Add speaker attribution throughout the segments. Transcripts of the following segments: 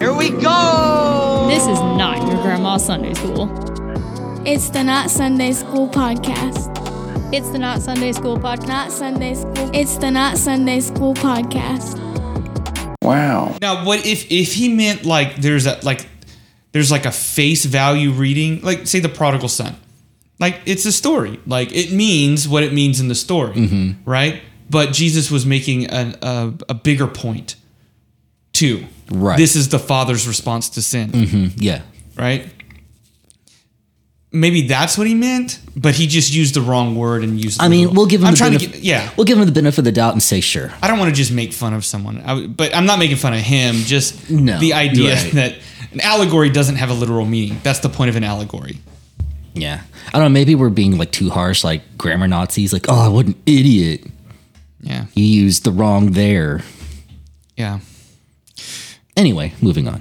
Speaker 1: we go!
Speaker 2: This is not your grandma's Sunday school.
Speaker 3: It's the Not Sunday School podcast.
Speaker 2: It's the Not Sunday School podcast.
Speaker 3: Not Sunday School. It's the Not Sunday School podcast.
Speaker 4: Wow.
Speaker 5: Now, what if if he meant like there's a like there's like a face value reading, like say the prodigal son, like it's a story, like it means what it means in the story, right? But Jesus was making an, a a bigger point too.
Speaker 4: Right.
Speaker 5: This is the father's response to sin,
Speaker 4: Yeah.
Speaker 5: right? Maybe that's what he meant, but he just used the wrong word and used.
Speaker 4: I
Speaker 5: the
Speaker 4: mean,
Speaker 5: wrong-
Speaker 4: we'll give him.
Speaker 5: I'm
Speaker 4: the
Speaker 5: trying
Speaker 4: benef-
Speaker 5: to get yeah.
Speaker 4: We'll give him the benefit of the doubt and say sure.
Speaker 5: I don't want to just make fun of someone, I, but I'm not making fun of him. Just
Speaker 4: No,
Speaker 5: the idea
Speaker 4: right.
Speaker 5: that an allegory doesn't have a literal meaning. That's the point of an allegory.
Speaker 4: Yeah. I don't know. Maybe we're being like too harsh, like grammar Nazis. Like, oh, what an idiot!
Speaker 5: Yeah,
Speaker 4: You used the wrong there.
Speaker 5: yeah.
Speaker 4: Anyway, moving on.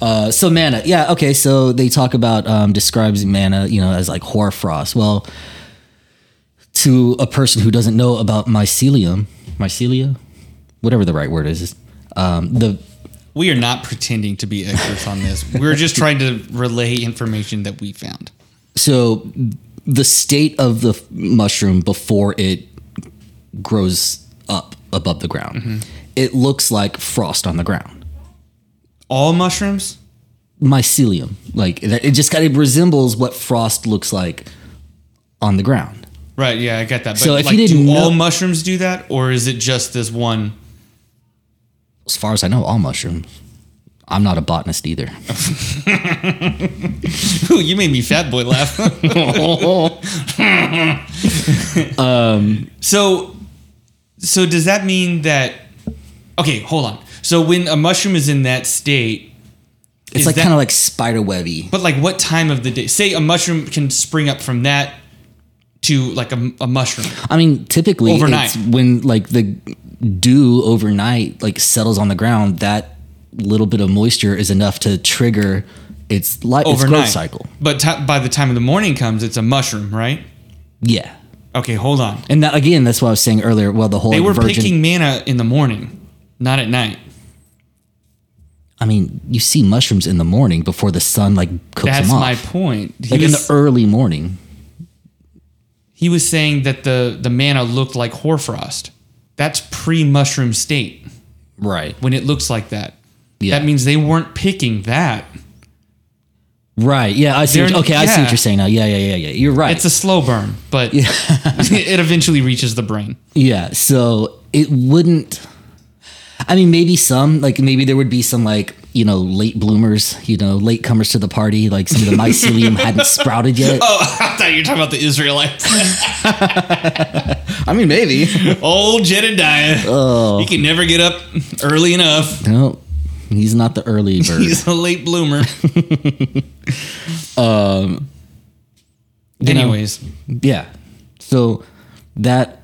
Speaker 4: Uh, so manna, yeah, okay. So they talk about um, describes manna, you know, as like hoarfrost. Well, to a person who doesn't know about mycelium, mycelia, whatever the right word is, um, the
Speaker 5: We are not pretending to be experts on this. We're just trying to relay information that we found.
Speaker 4: so the state of the f- mushroom before it grows up above the ground,
Speaker 5: Mm-hmm.
Speaker 4: it looks like frost on the ground.
Speaker 5: All mushrooms.
Speaker 4: Mycelium, like that, it just kind of resembles what frost looks like on the ground.
Speaker 5: Right. Yeah, I got that. But
Speaker 4: So if
Speaker 5: like,
Speaker 4: you didn't
Speaker 5: do all
Speaker 4: know-
Speaker 5: mushrooms do that, or is it just this one?
Speaker 4: As far as I know, all mushrooms. I'm not a botanist either.
Speaker 5: Ooh, you made me fat boy laugh.
Speaker 4: Um,
Speaker 5: so, so does that mean that? Okay, hold on. So when a mushroom is in that state,
Speaker 4: It's
Speaker 5: Is
Speaker 4: like
Speaker 5: that-
Speaker 4: kind of like spider webby.
Speaker 5: but like what time of the day? Say a mushroom can spring up from that to like a, a mushroom.
Speaker 4: I mean, typically
Speaker 5: Overnight.
Speaker 4: it's when like the dew overnight like settles on the ground, that little bit of moisture is enough to trigger its light its
Speaker 5: Overnight
Speaker 4: growth cycle.
Speaker 5: But ti by the time of the morning comes, it's a mushroom, right?
Speaker 4: Yeah.
Speaker 5: Okay, hold on.
Speaker 4: And that again, that's what I was saying earlier. Well, the whole
Speaker 5: They
Speaker 4: like,
Speaker 5: were
Speaker 4: virgin,
Speaker 5: picking manna in the morning, not at night.
Speaker 4: I mean, you see mushrooms in the morning before the sun like cooks
Speaker 5: That's
Speaker 4: them off,
Speaker 5: my point. He
Speaker 4: like in the
Speaker 5: was-
Speaker 4: early morning.
Speaker 5: he was saying that the the manna looked like hoarfrost. That's pre mushroom state
Speaker 4: Right.
Speaker 5: when it looks like that.
Speaker 4: Yeah.
Speaker 5: That means they weren't picking that.
Speaker 4: Right. Yeah. I see. What,
Speaker 5: They're-
Speaker 4: okay. I see what
Speaker 5: yeah.
Speaker 4: you're saying now. Yeah. Yeah. Yeah. Yeah. You're right.
Speaker 5: It's a slow burn, but it eventually reaches the brain.
Speaker 4: Yeah, so it wouldn't. I mean, maybe some like maybe there would be some like you know late bloomers, you know late comers to the party, like some of the mycelium hadn't sprouted yet.
Speaker 5: Oh, I thought you were talking about the Israelites.
Speaker 4: I mean, maybe.
Speaker 5: Old Jedediah. Oh. He can never get up early enough.
Speaker 4: no, he's not the early bird.
Speaker 5: He's a late bloomer. um.
Speaker 4: know-
Speaker 5: Anyways,
Speaker 4: yeah. So that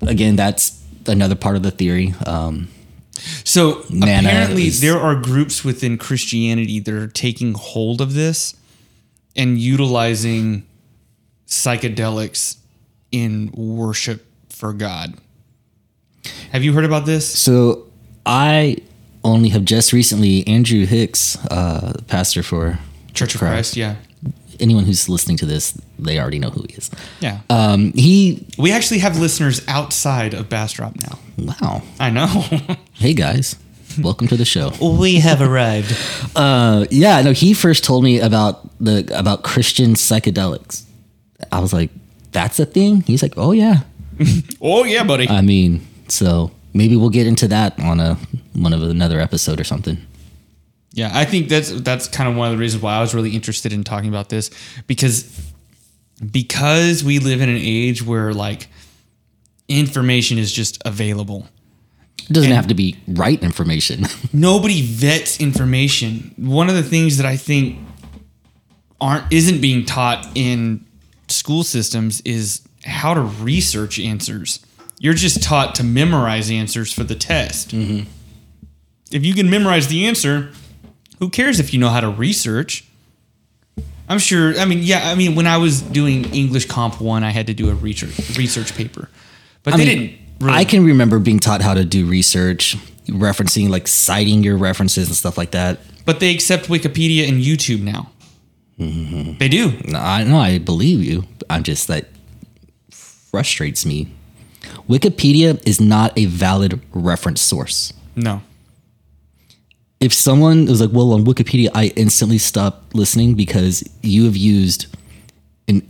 Speaker 4: again, that's another part of the theory. Um,
Speaker 5: So
Speaker 4: Manna
Speaker 5: apparently,
Speaker 4: is-
Speaker 5: there are groups within Christianity that are taking hold of this and utilizing psychedelics in worship for God. Have you heard about this?
Speaker 4: so I only have just recently Andrew Hicks, uh, pastor for
Speaker 5: Church of Christ, yeah,
Speaker 4: anyone who's listening to this, they already know who he is.
Speaker 5: yeah.
Speaker 4: Um, he
Speaker 5: we actually have listeners outside of Bastrop now.
Speaker 4: wow.
Speaker 5: I know.
Speaker 4: Hey guys, welcome to the show.
Speaker 5: we have arrived.
Speaker 4: Uh, yeah, no, he first told me about the about Christian psychedelics. I was like, "That's a thing." He's like, "Oh yeah."
Speaker 5: Oh yeah, buddy.
Speaker 4: I mean, so maybe we'll get into that on a one of another episode or something.
Speaker 5: Yeah, I think that's that's kind of one of the reasons why I was really interested in talking about this because because we live in an age where like information is just available.
Speaker 4: It doesn't have to be right information.
Speaker 5: Nobody vets information. One of the things that I think aren't isn't being taught in school systems is how to research answers. You're just taught to memorize answers for the test. If you can memorize the answer, who cares if you know how to research? I'm sure. I mean, yeah. I mean, when I was doing English Comp One, I had to do a research research paper, but they
Speaker 4: mean,
Speaker 5: didn't. Really,
Speaker 4: I can remember being taught how to do research, referencing, like citing your references and stuff like that.
Speaker 5: But they accept Wikipedia and YouTube now. They do.
Speaker 4: No, I no, I believe you. I'm just that frustrates me. Wikipedia is not a valid reference source.
Speaker 5: No.
Speaker 4: If someone was like, "Well, on Wikipedia," I instantly stop listening because you have used an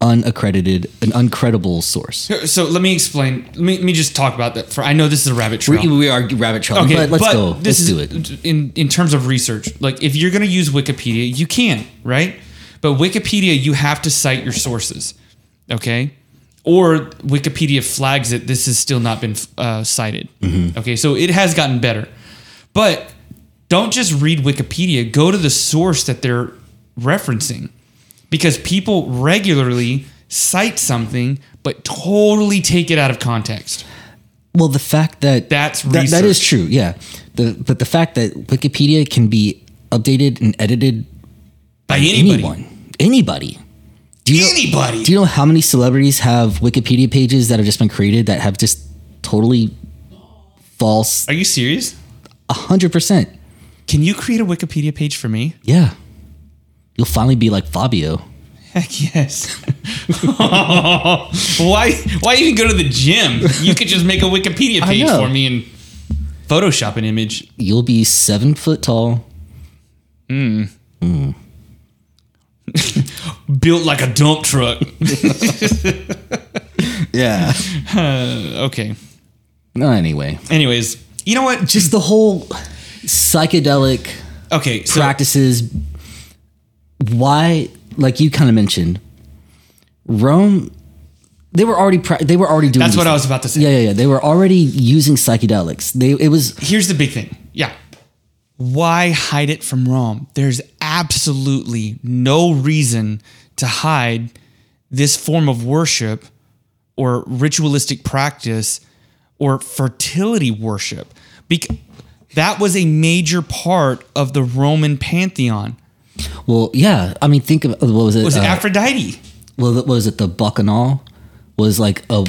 Speaker 4: unaccredited, an uncredible source.
Speaker 5: So let me explain. Let me, let me just talk about that. For I know this is a rabbit trail.
Speaker 4: We, we are rabbit trailing, but let's go.
Speaker 5: This
Speaker 4: Let's do it.
Speaker 5: is, In in terms of research, like if you're going to use Wikipedia, you can, right? But Wikipedia, you have to cite your sources, okay? Or Wikipedia flags that this has still not been uh, cited.
Speaker 4: Mm-hmm.
Speaker 5: Okay, so it has gotten better, but don't just read Wikipedia. Go to the source that they're referencing, because people regularly cite something but totally take it out of context.
Speaker 4: Well, the fact that
Speaker 5: That's
Speaker 4: that, that is
Speaker 5: research.
Speaker 4: true. Yeah, the but the fact that Wikipedia can be updated and edited
Speaker 5: By anybody.
Speaker 4: anyone, anybody. Do you
Speaker 5: Anybody.
Speaker 4: Know, do you know how many celebrities have Wikipedia pages that have just been created that have just totally false?
Speaker 5: Are you serious?
Speaker 4: A hundred percent.
Speaker 5: Can you create a Wikipedia page for me?
Speaker 4: Yeah, you'll finally be like Fabio.
Speaker 5: Heck yes. why why even go to the gym? You could just make a Wikipedia page
Speaker 4: know.
Speaker 5: for me and Photoshop an image.
Speaker 4: You'll be seven foot tall.
Speaker 5: Built like a dump truck.
Speaker 4: Yeah.
Speaker 5: okay.
Speaker 4: No, anyway,
Speaker 5: Anyways, you know what?
Speaker 4: just the whole psychedelic
Speaker 5: Okay, so
Speaker 4: practices why like you kind of mentioned rome they were already pra- they were already doing
Speaker 5: that's
Speaker 4: these
Speaker 5: what I
Speaker 4: things.
Speaker 5: was about to say.
Speaker 4: yeah yeah yeah they were already using psychedelics they it was
Speaker 5: Here's the big thing. Yeah. Why hide it from Rome? There's absolutely no reason to hide this form of worship or ritualistic practice or fertility worship. Because that was a major part of the Roman pantheon.
Speaker 4: well yeah i mean think of what was it,
Speaker 5: Was
Speaker 4: uh,
Speaker 5: it Aphrodite?
Speaker 4: well what was it the bacchanal was like a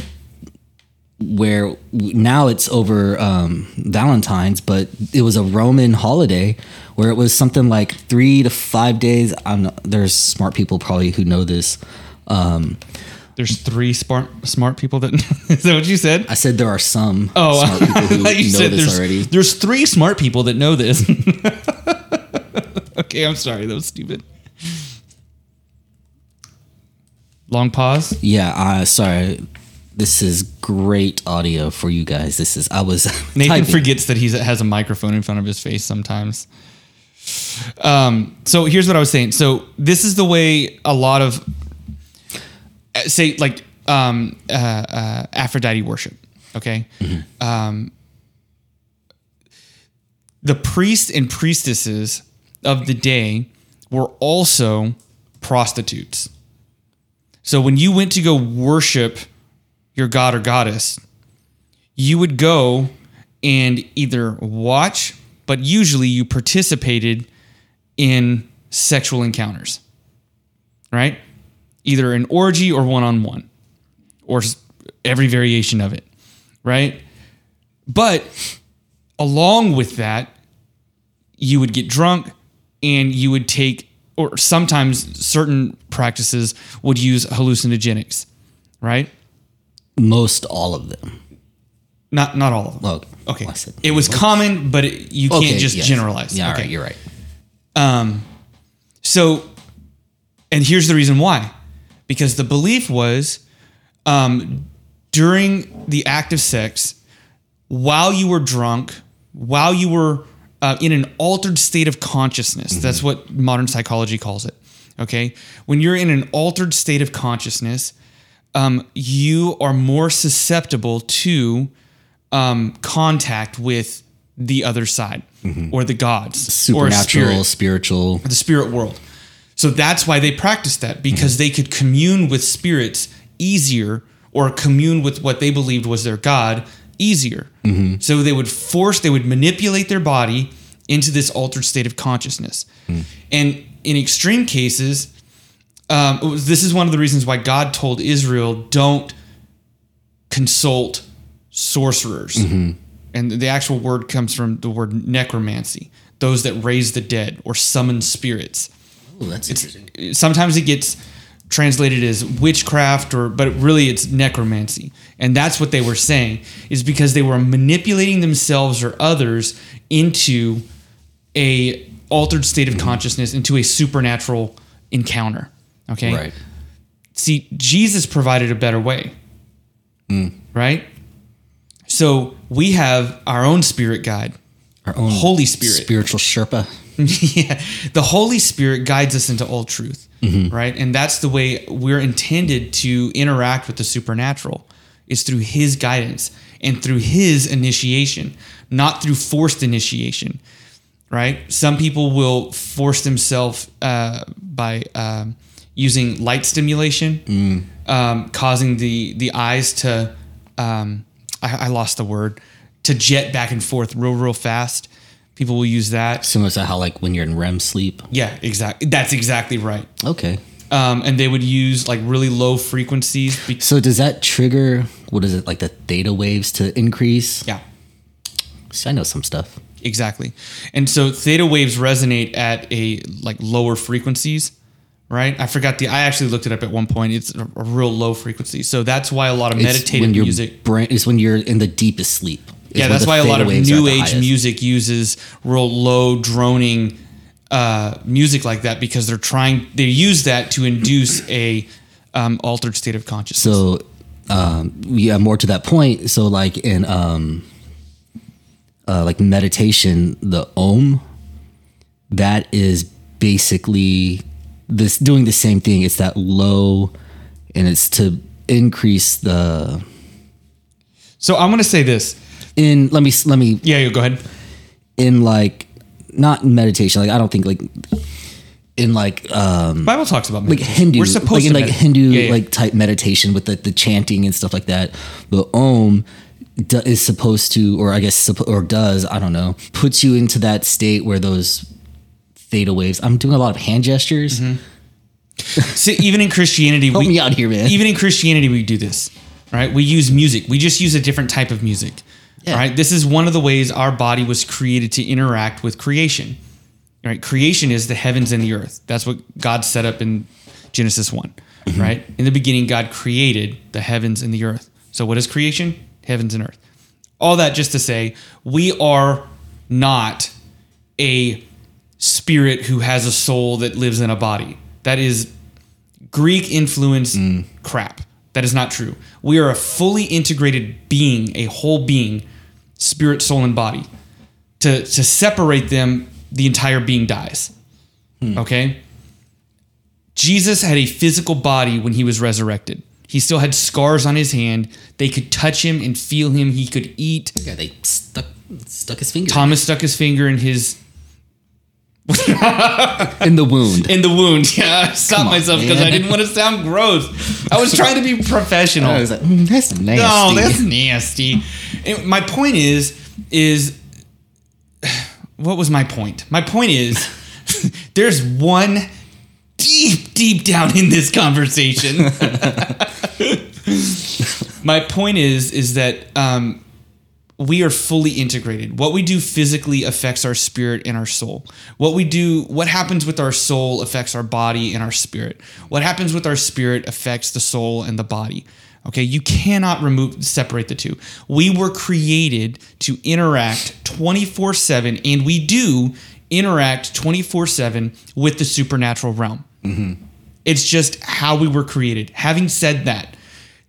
Speaker 4: where now it's over um, Valentine's, but it was a Roman holiday where it was something like three to five days. I'm not, there's smart people probably who know this. Um,
Speaker 5: There's three smart smart people that is that what you said?
Speaker 4: I said there are some
Speaker 5: Oh,
Speaker 4: smart people who
Speaker 5: I thought you
Speaker 4: know
Speaker 5: said
Speaker 4: this
Speaker 5: there's,
Speaker 4: already.
Speaker 5: There's three smart people that know this. okay, I'm sorry. That was stupid. Long pause.
Speaker 4: Yeah, uh, sorry. This is great audio for you guys. This is I was
Speaker 5: Nathan
Speaker 4: typing.
Speaker 5: forgets that he has a microphone in front of his face sometimes. Um, so here's what I was saying. So this is the way a lot of uh, say like um, uh, uh, Aphrodite worship. Okay, um, the priests and priestesses of the day were also prostitutes. So when you went to go worship your god or goddess, you would go and either watch, but usually you participated in sexual encounters, right? Either an orgy or one on one, or s- every variation of it, right? But along with that, you would get drunk and you would take, or sometimes certain practices would use hallucinogenics, right?
Speaker 4: most all of them.
Speaker 5: Not not all of them.
Speaker 4: Oh,
Speaker 5: Okay.
Speaker 4: I said-
Speaker 5: It was common, but it, you can't just
Speaker 4: yes.
Speaker 5: generalize.
Speaker 4: Yeah, all
Speaker 5: okay.
Speaker 4: right, you're right.
Speaker 5: So, and here's the reason why because the belief was um, during the act of sex, while you were drunk, while you were uh, in an altered state of consciousness, that's what modern psychology calls it. Okay. When you're in an altered state of consciousness, um, you are more susceptible to um, contact with the other side or the gods or spirit
Speaker 4: Supernatural, spiritual.
Speaker 5: the spirit world. So that's why they practiced that because they could commune with spirits easier or commune with what they believed was their God easier. So they would force, they would manipulate their body into this altered state of consciousness. And in extreme cases, um, it was- this is one of the reasons why God told Israel, don't consult sorcerers and the actual word comes from the word necromancy, those that raise the dead or summon spirits.
Speaker 4: Ooh, that's interesting.
Speaker 5: Sometimes it gets translated as witchcraft or but really it's necromancy. And that's what they were saying is because they were manipulating themselves or others into a altered state of consciousness into a supernatural encounter. Okay?
Speaker 4: Right.
Speaker 5: see jesus provided a better way right so we have our own spirit guide
Speaker 4: Our own
Speaker 5: Holy Spirit.
Speaker 4: spiritual Sherpa.
Speaker 5: yeah the holy spirit guides us into all truth right and that's the way we're intended to interact with the supernatural is through his guidance and through his initiation not through forced initiation right some people will force themselves uh, by um, using light stimulation um, causing the the eyes to um, I, I lost the word to jet back and forth real real fast people will use that
Speaker 4: Similar to how like when you're in REM sleep.
Speaker 5: yeah, exactly. That's exactly right.
Speaker 4: Okay.
Speaker 5: Um, and they would use like really low frequencies. Be-
Speaker 4: So does that trigger what is it like the theta waves to increase?
Speaker 5: yeah,
Speaker 4: See, I know some stuff.
Speaker 5: exactly. And so theta waves resonate at a like lower frequencies, right? I forgot the. I actually looked it up at one point. It's a, a real low frequency. So that's why a lot of
Speaker 4: It's
Speaker 5: meditative
Speaker 4: when your
Speaker 5: music.
Speaker 4: brain is when you're in the deepest sleep. It's
Speaker 5: Yeah,
Speaker 4: when
Speaker 5: that's
Speaker 4: the
Speaker 5: why a lot
Speaker 4: theta
Speaker 5: of
Speaker 4: waves are at
Speaker 5: new
Speaker 4: the
Speaker 5: age
Speaker 4: highest.
Speaker 5: music uses real low droning uh, music like that because they're trying. They use that to induce a um, altered state of consciousness.
Speaker 4: So, um, yeah, more to that point. So, like in um, uh, like meditation, the Om, that is basically this doing the same thing. It's that low, and it's to increase the
Speaker 5: so I'm gonna say this.
Speaker 4: in. Let me let me
Speaker 5: Yeah, you go ahead.
Speaker 4: in like not meditation. Like I don't think like in like uh,
Speaker 5: Bible talks about
Speaker 4: like
Speaker 5: meditation.
Speaker 4: Hindu,
Speaker 5: We're supposed
Speaker 4: like
Speaker 5: to
Speaker 4: in like
Speaker 5: med-
Speaker 4: Hindu
Speaker 5: Yeah, yeah.
Speaker 4: like type meditation with the, the chanting and stuff like that. But Om do, is supposed to, or I guess suppo- or does I don't know, puts you into that state where those theta waves. I'm doing a lot of hand gestures.
Speaker 5: Mm-hmm. See, even in Christianity,
Speaker 4: Help
Speaker 5: we,
Speaker 4: me out here, man.
Speaker 5: Even in Christianity, we do this, right? We use music. We just use a different type of music,
Speaker 4: Yeah.
Speaker 5: right? This is one of the ways our body was created to interact with creation, right? Creation is the heavens and the earth. That's what God set up in Genesis one,
Speaker 4: Mm-hmm.
Speaker 5: right? In the beginning, God created the heavens and the earth. So, what is creation? Heavens and earth. All that just to say, we are not a spirit who has a soul that lives in a body. That is Greek influence
Speaker 4: Mm.
Speaker 5: crap. That is not true. We are a fully integrated being, a whole being, spirit, soul, and body. To to separate them, the entire being dies.
Speaker 4: Hmm.
Speaker 5: Okay? Jesus had a physical body when he was resurrected. He still had scars on his hand. They could touch him and feel him. He could eat.
Speaker 4: yeah, they stuck stuck his finger
Speaker 5: Thomas stuck his finger in his
Speaker 4: in the wound.
Speaker 5: in the wound. Yeah, I stopped
Speaker 4: on,
Speaker 5: myself because I
Speaker 4: man.
Speaker 5: didn't want to sound gross. I was trying to be professional.
Speaker 4: I was like, "Mm, that's nasty.
Speaker 5: No, that's nasty. And my point is, is what was my point? My point is, there's one deep, deep down in this conversation. my point is, is that um, we are fully integrated. What we do physically affects our spirit and our soul. What we do, what happens with our soul affects our body and our spirit. What happens with our spirit affects the soul and the body. Okay, you cannot remove separate the two. We were created to interact 24/7 and we do interact 24/7 with the supernatural realm. It's just how we were created. Having said that,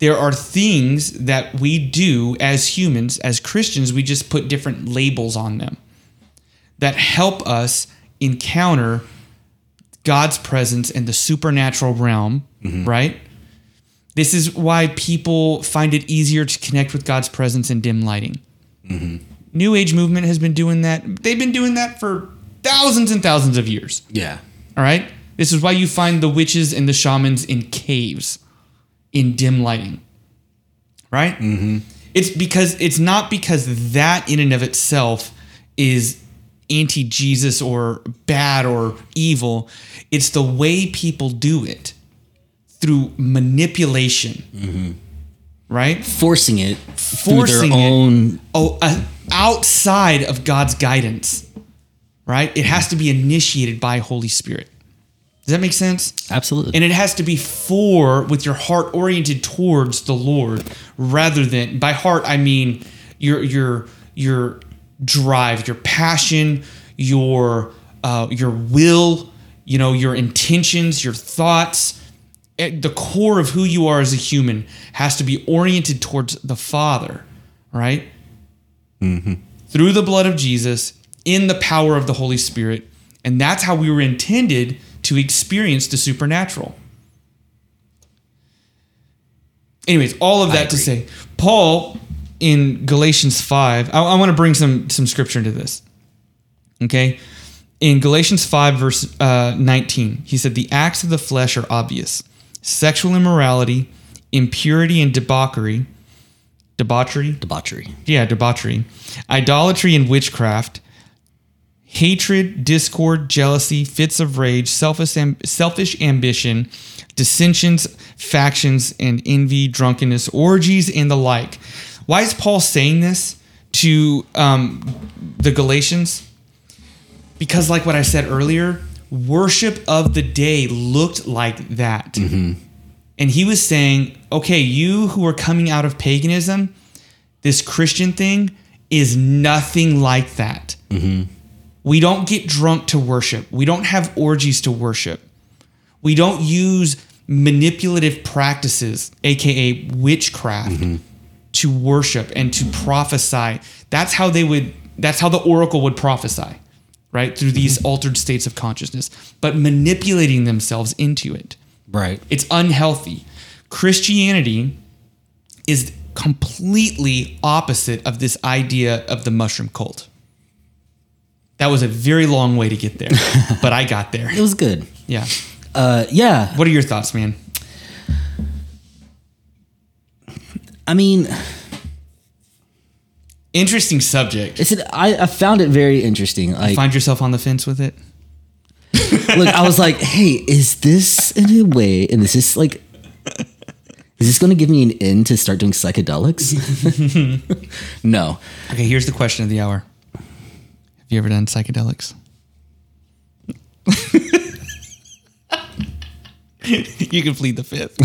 Speaker 5: there are things that we do as humans, as Christians, we just put different labels on them that help us encounter God's presence in the supernatural realm, right? This is why people find it easier to connect with God's presence in dim lighting. New Age movement has been doing that. They've been doing that for thousands and thousands of years.
Speaker 4: Yeah.
Speaker 5: All right. This is why you find the witches and the shamans in caves, in dim lighting. Right. Mm-hmm. It's because it's not because that in and of itself is anti-Jesus or bad or evil. It's the way people do it through manipulation. Right.
Speaker 4: Forcing it
Speaker 5: Forcing
Speaker 4: through
Speaker 5: it.
Speaker 4: their own
Speaker 5: Oh, uh, outside of God's guidance, right? It has to be initiated by Holy Spirit. Does that make sense?
Speaker 4: Absolutely.
Speaker 5: And it has to be for with your heart oriented towards the Lord rather than by heart I mean your your your drive, your passion, your uh, your will, you know, your intentions, your thoughts. At the core of who you are as a human has to be oriented towards the Father, right? Through the blood of Jesus, in the power of the Holy Spirit, and that's how we were intended to experience the supernatural. anyways, all of that to say, Paul in Galatians five, I, I want to bring some some scripture into this. Okay, in Galatians five verse uh, nineteen, he said, "The acts of the flesh are obvious: sexual immorality, impurity and debauchery, debauchery,
Speaker 4: Debauchery.
Speaker 5: yeah, debauchery, idolatry and witchcraft." Hatred, discord, jealousy, fits of rage, selfish, am- selfish ambition, dissensions, factions, and envy, drunkenness, orgies, and the like. Why is Paul saying this to um, the Galatians? Because, like what I said earlier, worship of the day looked like that. And he was saying, okay, you who are coming out of paganism, this Christian thing is nothing like that. We don't get drunk to worship. We don't have orgies to worship. We don't use manipulative practices, aka witchcraft, to worship and to prophesy. That's how they would that's how the oracle would prophesy, right? Through these altered states of consciousness, but manipulating themselves into it.
Speaker 4: Right.
Speaker 5: It's unhealthy. Christianity is completely opposite of this idea of the mushroom cult. That was a very long way to get there, but I got there.
Speaker 4: It was good.
Speaker 5: Yeah.
Speaker 4: Uh, yeah.
Speaker 5: What are your thoughts, man?
Speaker 4: I mean,
Speaker 5: Interesting subject.
Speaker 4: it's an, I, I found it very interesting. Like,
Speaker 5: Find yourself on the fence with it?
Speaker 4: look, I was like, hey, is this in a way? And this is like, is this going to give me an in to start doing psychedelics? no.
Speaker 5: Okay, here's the question of the hour Have you ever done psychedelics? you can plead the fifth.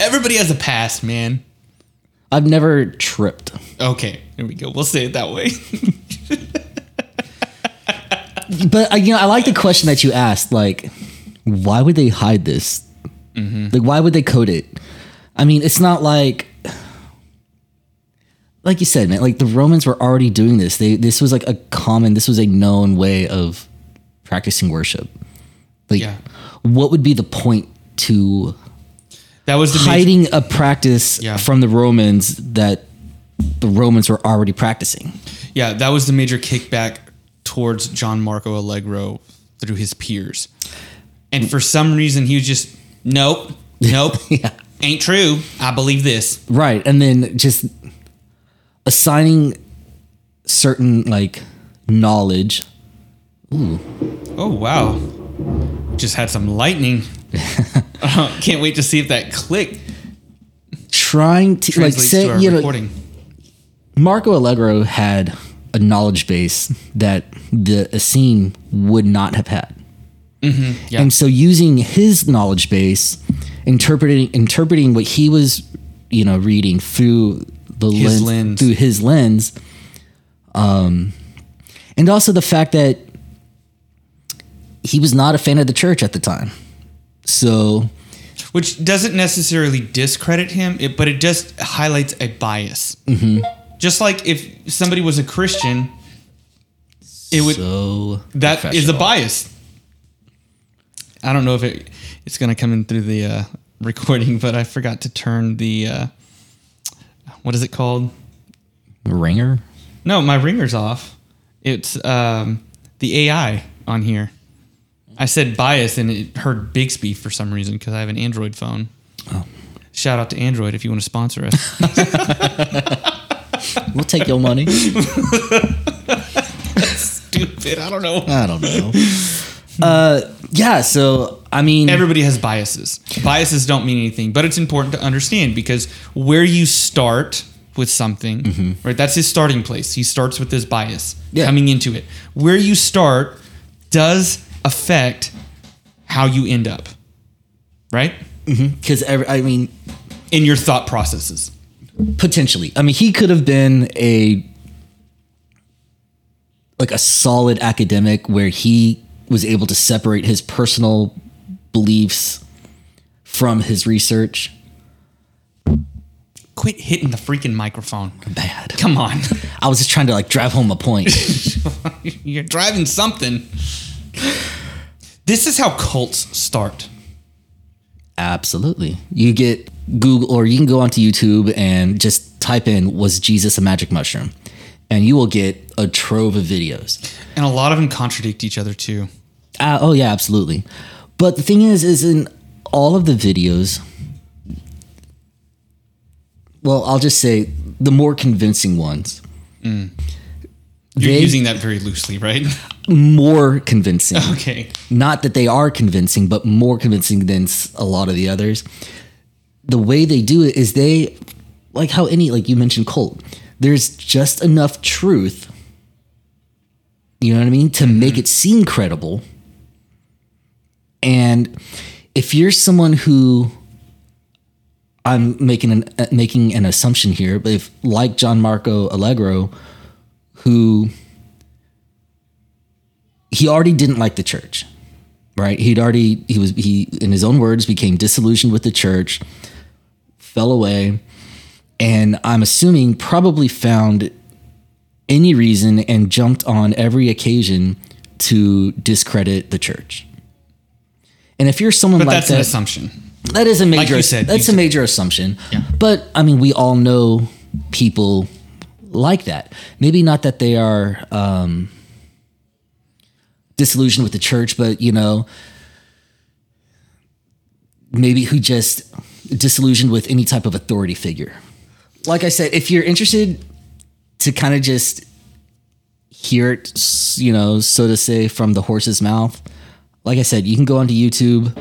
Speaker 5: Everybody has a past, man.
Speaker 4: I've never tripped.
Speaker 5: Okay, here we go. We'll say it that way.
Speaker 4: But I, you know, I like the question that you asked. Like, why would they hide this?
Speaker 5: Mm-hmm.
Speaker 4: Like, why would they code it? I mean, it's not like, like you said, man. Like the Romans were already doing this. They this was like a common, this was a known way of practicing worship. Like,
Speaker 5: Yeah.
Speaker 4: what would be the point to
Speaker 5: That was the major,
Speaker 4: hiding a practice
Speaker 5: Yeah.
Speaker 4: from the Romans that the Romans were already practicing?
Speaker 5: yeah, that was the major kickback towards John Marco Allegro through his peers. And for some reason he was just nope, nope. Ain't true. I believe this.
Speaker 4: Right. And then just assigning certain like knowledge.
Speaker 5: Oh wow. Just had some lightning. Uh, can't wait to see if that click
Speaker 4: Trying to like
Speaker 5: translates to
Speaker 4: say
Speaker 5: our
Speaker 4: you know
Speaker 5: recording.
Speaker 4: Marco Allegro had a knowledge base that the Essene would not have had.
Speaker 5: Mm-hmm. yeah.
Speaker 4: And so using his knowledge base, interpreting interpreting what he was, you know, reading through the
Speaker 5: His
Speaker 4: lens,
Speaker 5: lens.
Speaker 4: through his lens. Um and also the fact that he was not a fan of the church at the time. So
Speaker 5: which doesn't necessarily discredit him, it, but it just highlights a bias.
Speaker 4: Mm-hmm.
Speaker 5: Just like if somebody was a Christian, it would
Speaker 4: so
Speaker 5: that is a
Speaker 4: professional.
Speaker 5: bias. I don't know if it it's going to come in through the uh, recording, but I forgot to turn the uh, what is it called?
Speaker 4: ringer.
Speaker 5: No, my ringer's off. It's um, the AI on here. I said bias and it heard Bixby for some reason because I have an Android phone. Shout out to Android if you want to sponsor us.
Speaker 4: We'll take your money.
Speaker 5: Stupid. I don't know.
Speaker 4: I don't know. Uh yeah, so I mean
Speaker 5: Everybody has biases. Biases don't mean anything, but it's important to understand because where you start with something, right? That's his starting place. He starts with this bias
Speaker 4: Yeah.
Speaker 5: coming into it. Where you start does affect how you end up, right?
Speaker 4: Because I mean,
Speaker 5: In your thought processes.
Speaker 4: potentially. I mean, he could have been a like a solid academic where he was able to separate his personal beliefs from his research.
Speaker 5: Quit hitting the freaking microphone.
Speaker 4: Bad.
Speaker 5: Come on.
Speaker 4: I was just trying to like drive home a point.
Speaker 5: You're driving something. This is how cults start.
Speaker 4: Absolutely. You get Google or you can go onto YouTube and just type in was Jesus a magic mushroom? And you will get a trove of videos.
Speaker 5: And a lot of them contradict each other too.
Speaker 4: Uh, oh yeah, absolutely. But the thing is is in all of the videos well, I'll just say the more convincing ones.
Speaker 5: You're
Speaker 4: They-
Speaker 5: using that very loosely, right?
Speaker 4: More convincing.
Speaker 5: Okay.
Speaker 4: not that they are convincing, but more convincing than s- a lot of the others. The way they do it is they, like how any, like you mentioned, cult, there's just enough truth, you know what I mean, to make it seem credible. And if you're someone who, I'm making an uh, making an assumption here, but if like John Marco Allegro, who he already didn't like the church right he'd already he was he in his own words became disillusioned with the church fell away and i'm assuming probably found any reason and jumped on every occasion to discredit the church and if you're someone
Speaker 5: But
Speaker 4: like
Speaker 5: that's an
Speaker 4: that
Speaker 5: assumption.
Speaker 4: that is a major
Speaker 5: you said,
Speaker 4: that's
Speaker 5: you
Speaker 4: a
Speaker 5: said.
Speaker 4: major assumption but i mean we all know people like that maybe not that they are um disillusioned with the church but you know maybe who just disillusioned with any type of authority figure like i said if you're interested to kind of just hear it s- you know so to say from the horse's mouth like i said you can go onto youtube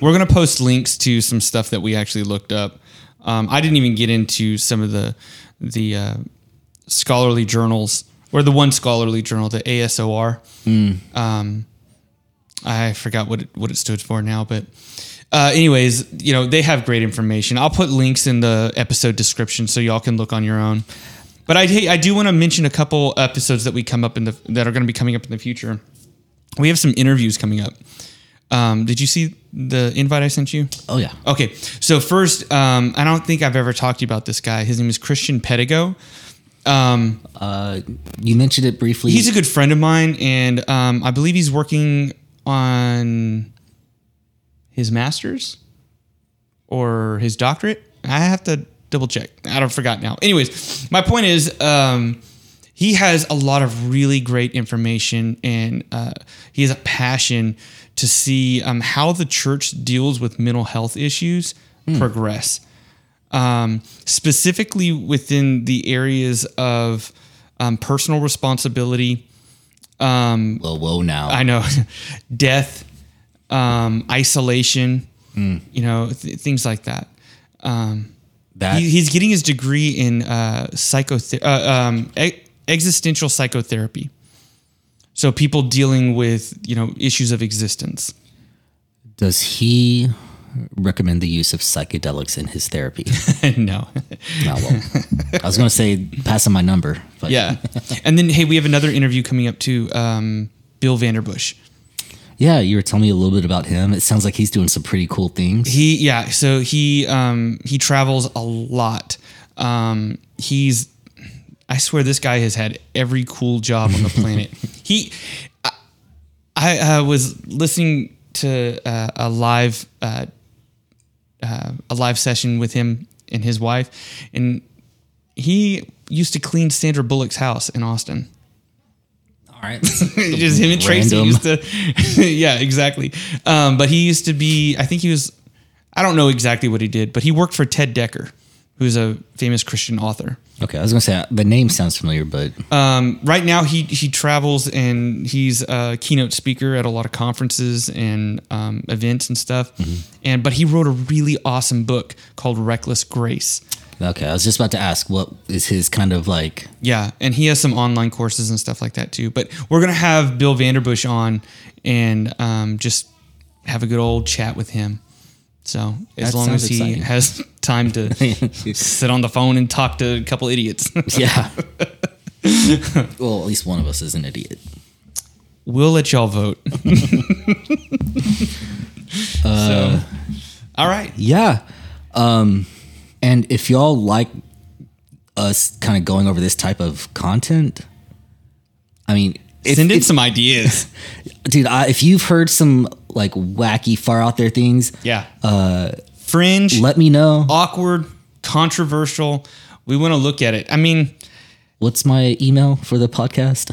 Speaker 5: We're gonna post links to some stuff that we actually looked up. Um, I didn't even get into some of the the uh, scholarly journals or the one scholarly journal, the ASOR. Um, I forgot what it, what it stood for now, but uh, anyways, you know they have great information. I'll put links in the episode description so y'all can look on your own. But I hey, I do want to mention a couple episodes that we come up in the that are going to be coming up in the future. We have some interviews coming up. Um, did you see the invite I sent you?
Speaker 4: oh yeah
Speaker 5: Okay, so first, um, I don't think I've ever talked to you about this guy. His name is Christian Pedigo.
Speaker 4: You mentioned it briefly.
Speaker 5: He's a good friend of mine, and um, I believe he's working on his master's or his doctorate. I have to double check. I don't forgot now. Anyways, my point is, um, he has a lot of really great information, and uh, he has a passion to see um, how the church deals with mental health issues progress um, specifically within the areas of um, personal responsibility.
Speaker 4: whoa, whoa, now.
Speaker 5: I know death, um, isolation, you know, th- things like that. Um,
Speaker 4: that
Speaker 5: He, he's getting his degree in uh, psychotherapy, uh, um, e- existential psychotherapy. So people dealing with you know issues of existence.
Speaker 4: does he recommend the use of psychedelics in his therapy?
Speaker 5: no,
Speaker 4: Not well. I was gonna say pass him my number, but
Speaker 5: yeah. and then hey, we have another interview coming up too. Um, Bill Vanderbush.
Speaker 4: yeah. You were telling me a little bit about him. It sounds like he's doing some pretty cool things.
Speaker 5: He yeah, so he um he travels a lot. Um he's I swear this guy has had every cool job on the planet. he I, I uh, was listening to uh, a live uh, uh, a live session with him and his wife and he used to clean Sandra Bullock's house in Austin.
Speaker 4: All right,
Speaker 5: just him and Tracy
Speaker 4: Random.
Speaker 5: used to, yeah, exactly. Um, but he used to be, I think he was, I don't know exactly what he did, but he worked for Ted Decker, who's a famous Christian author.
Speaker 4: okay. I was gonna say the name sounds familiar, but
Speaker 5: Um, right now, he he travels and he's a keynote speaker at a lot of conferences and um, events and stuff. And but he wrote a really awesome book called Reckless Grace.
Speaker 4: Okay, I was just about to ask what is his kind of like.
Speaker 5: Yeah, and he has some online courses and stuff like that too. But we're gonna have Bill Vanderbush on and um, just have a good old chat with him. So as
Speaker 4: That
Speaker 5: long
Speaker 4: sounds
Speaker 5: as he
Speaker 4: exciting.
Speaker 5: has time to sit on the phone and talk to a couple idiots,
Speaker 4: Yeah. well, at least one of us is an idiot.
Speaker 5: we'll let y'all vote.
Speaker 4: Uh,
Speaker 5: so, all right,
Speaker 4: Yeah. Um, and if y'all like us kind of going over this type of content, I mean, if,
Speaker 5: send in
Speaker 4: if-
Speaker 5: some ideas.
Speaker 4: dude, I, if you've heard some like wacky, far out there things,
Speaker 5: Yeah, uh, fringe.
Speaker 4: let me know.
Speaker 5: awkward, controversial. We want to look at it. I mean,
Speaker 4: What's my email for the podcast?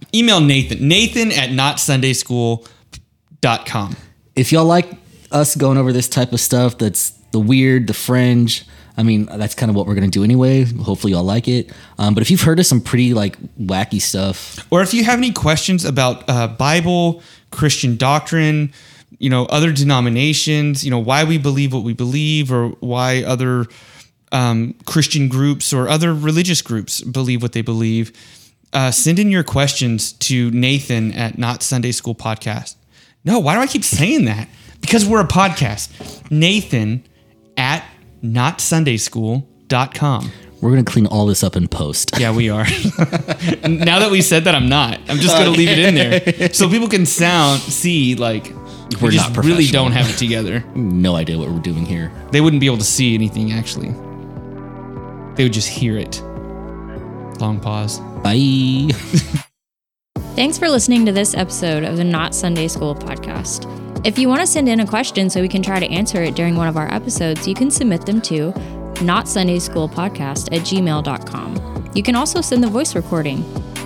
Speaker 5: email Nathan, Nathan at notsundayschool.com.
Speaker 4: if y'all like us going over this type of stuff that's the weird the fringe i mean that's kind of what we're gonna do anyway hopefully y'all like it um, but if you've heard of some pretty like wacky stuff
Speaker 5: Or if you have any questions about uh, Bible, Christian doctrine, you know, other denominations, you know, why we believe what we believe or why other um, Christian groups or other religious groups believe what they believe, uh, send in your questions to Nathan at Not Sunday School Podcast. No, why do I keep saying that? Because we're a podcast. Nathan at notsundayschool.com.
Speaker 4: we're gonna clean all this up in post
Speaker 5: Yeah, we are. now that we said that, I'm not. I'm just gonna leave it in there so people can sound see like
Speaker 4: We're
Speaker 5: we just
Speaker 4: not
Speaker 5: really
Speaker 4: professional.
Speaker 5: don't have it together.
Speaker 4: no idea what we're doing here
Speaker 5: They wouldn't be able to see anything actually. They would just hear it. Long pause.
Speaker 4: bye
Speaker 2: Thanks for listening to this episode of the Not Sunday School podcast. If you want to send in a question so we can try to answer it during one of our episodes, you can submit them to notsundayschoolpodcast at gmail.com. You can also send the voice recording.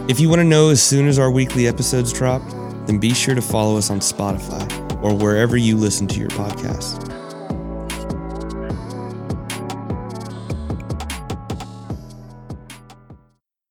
Speaker 1: If you want to know as soon as our weekly episodes drop, then be sure to follow us on Spotify or wherever you listen to your podcasts.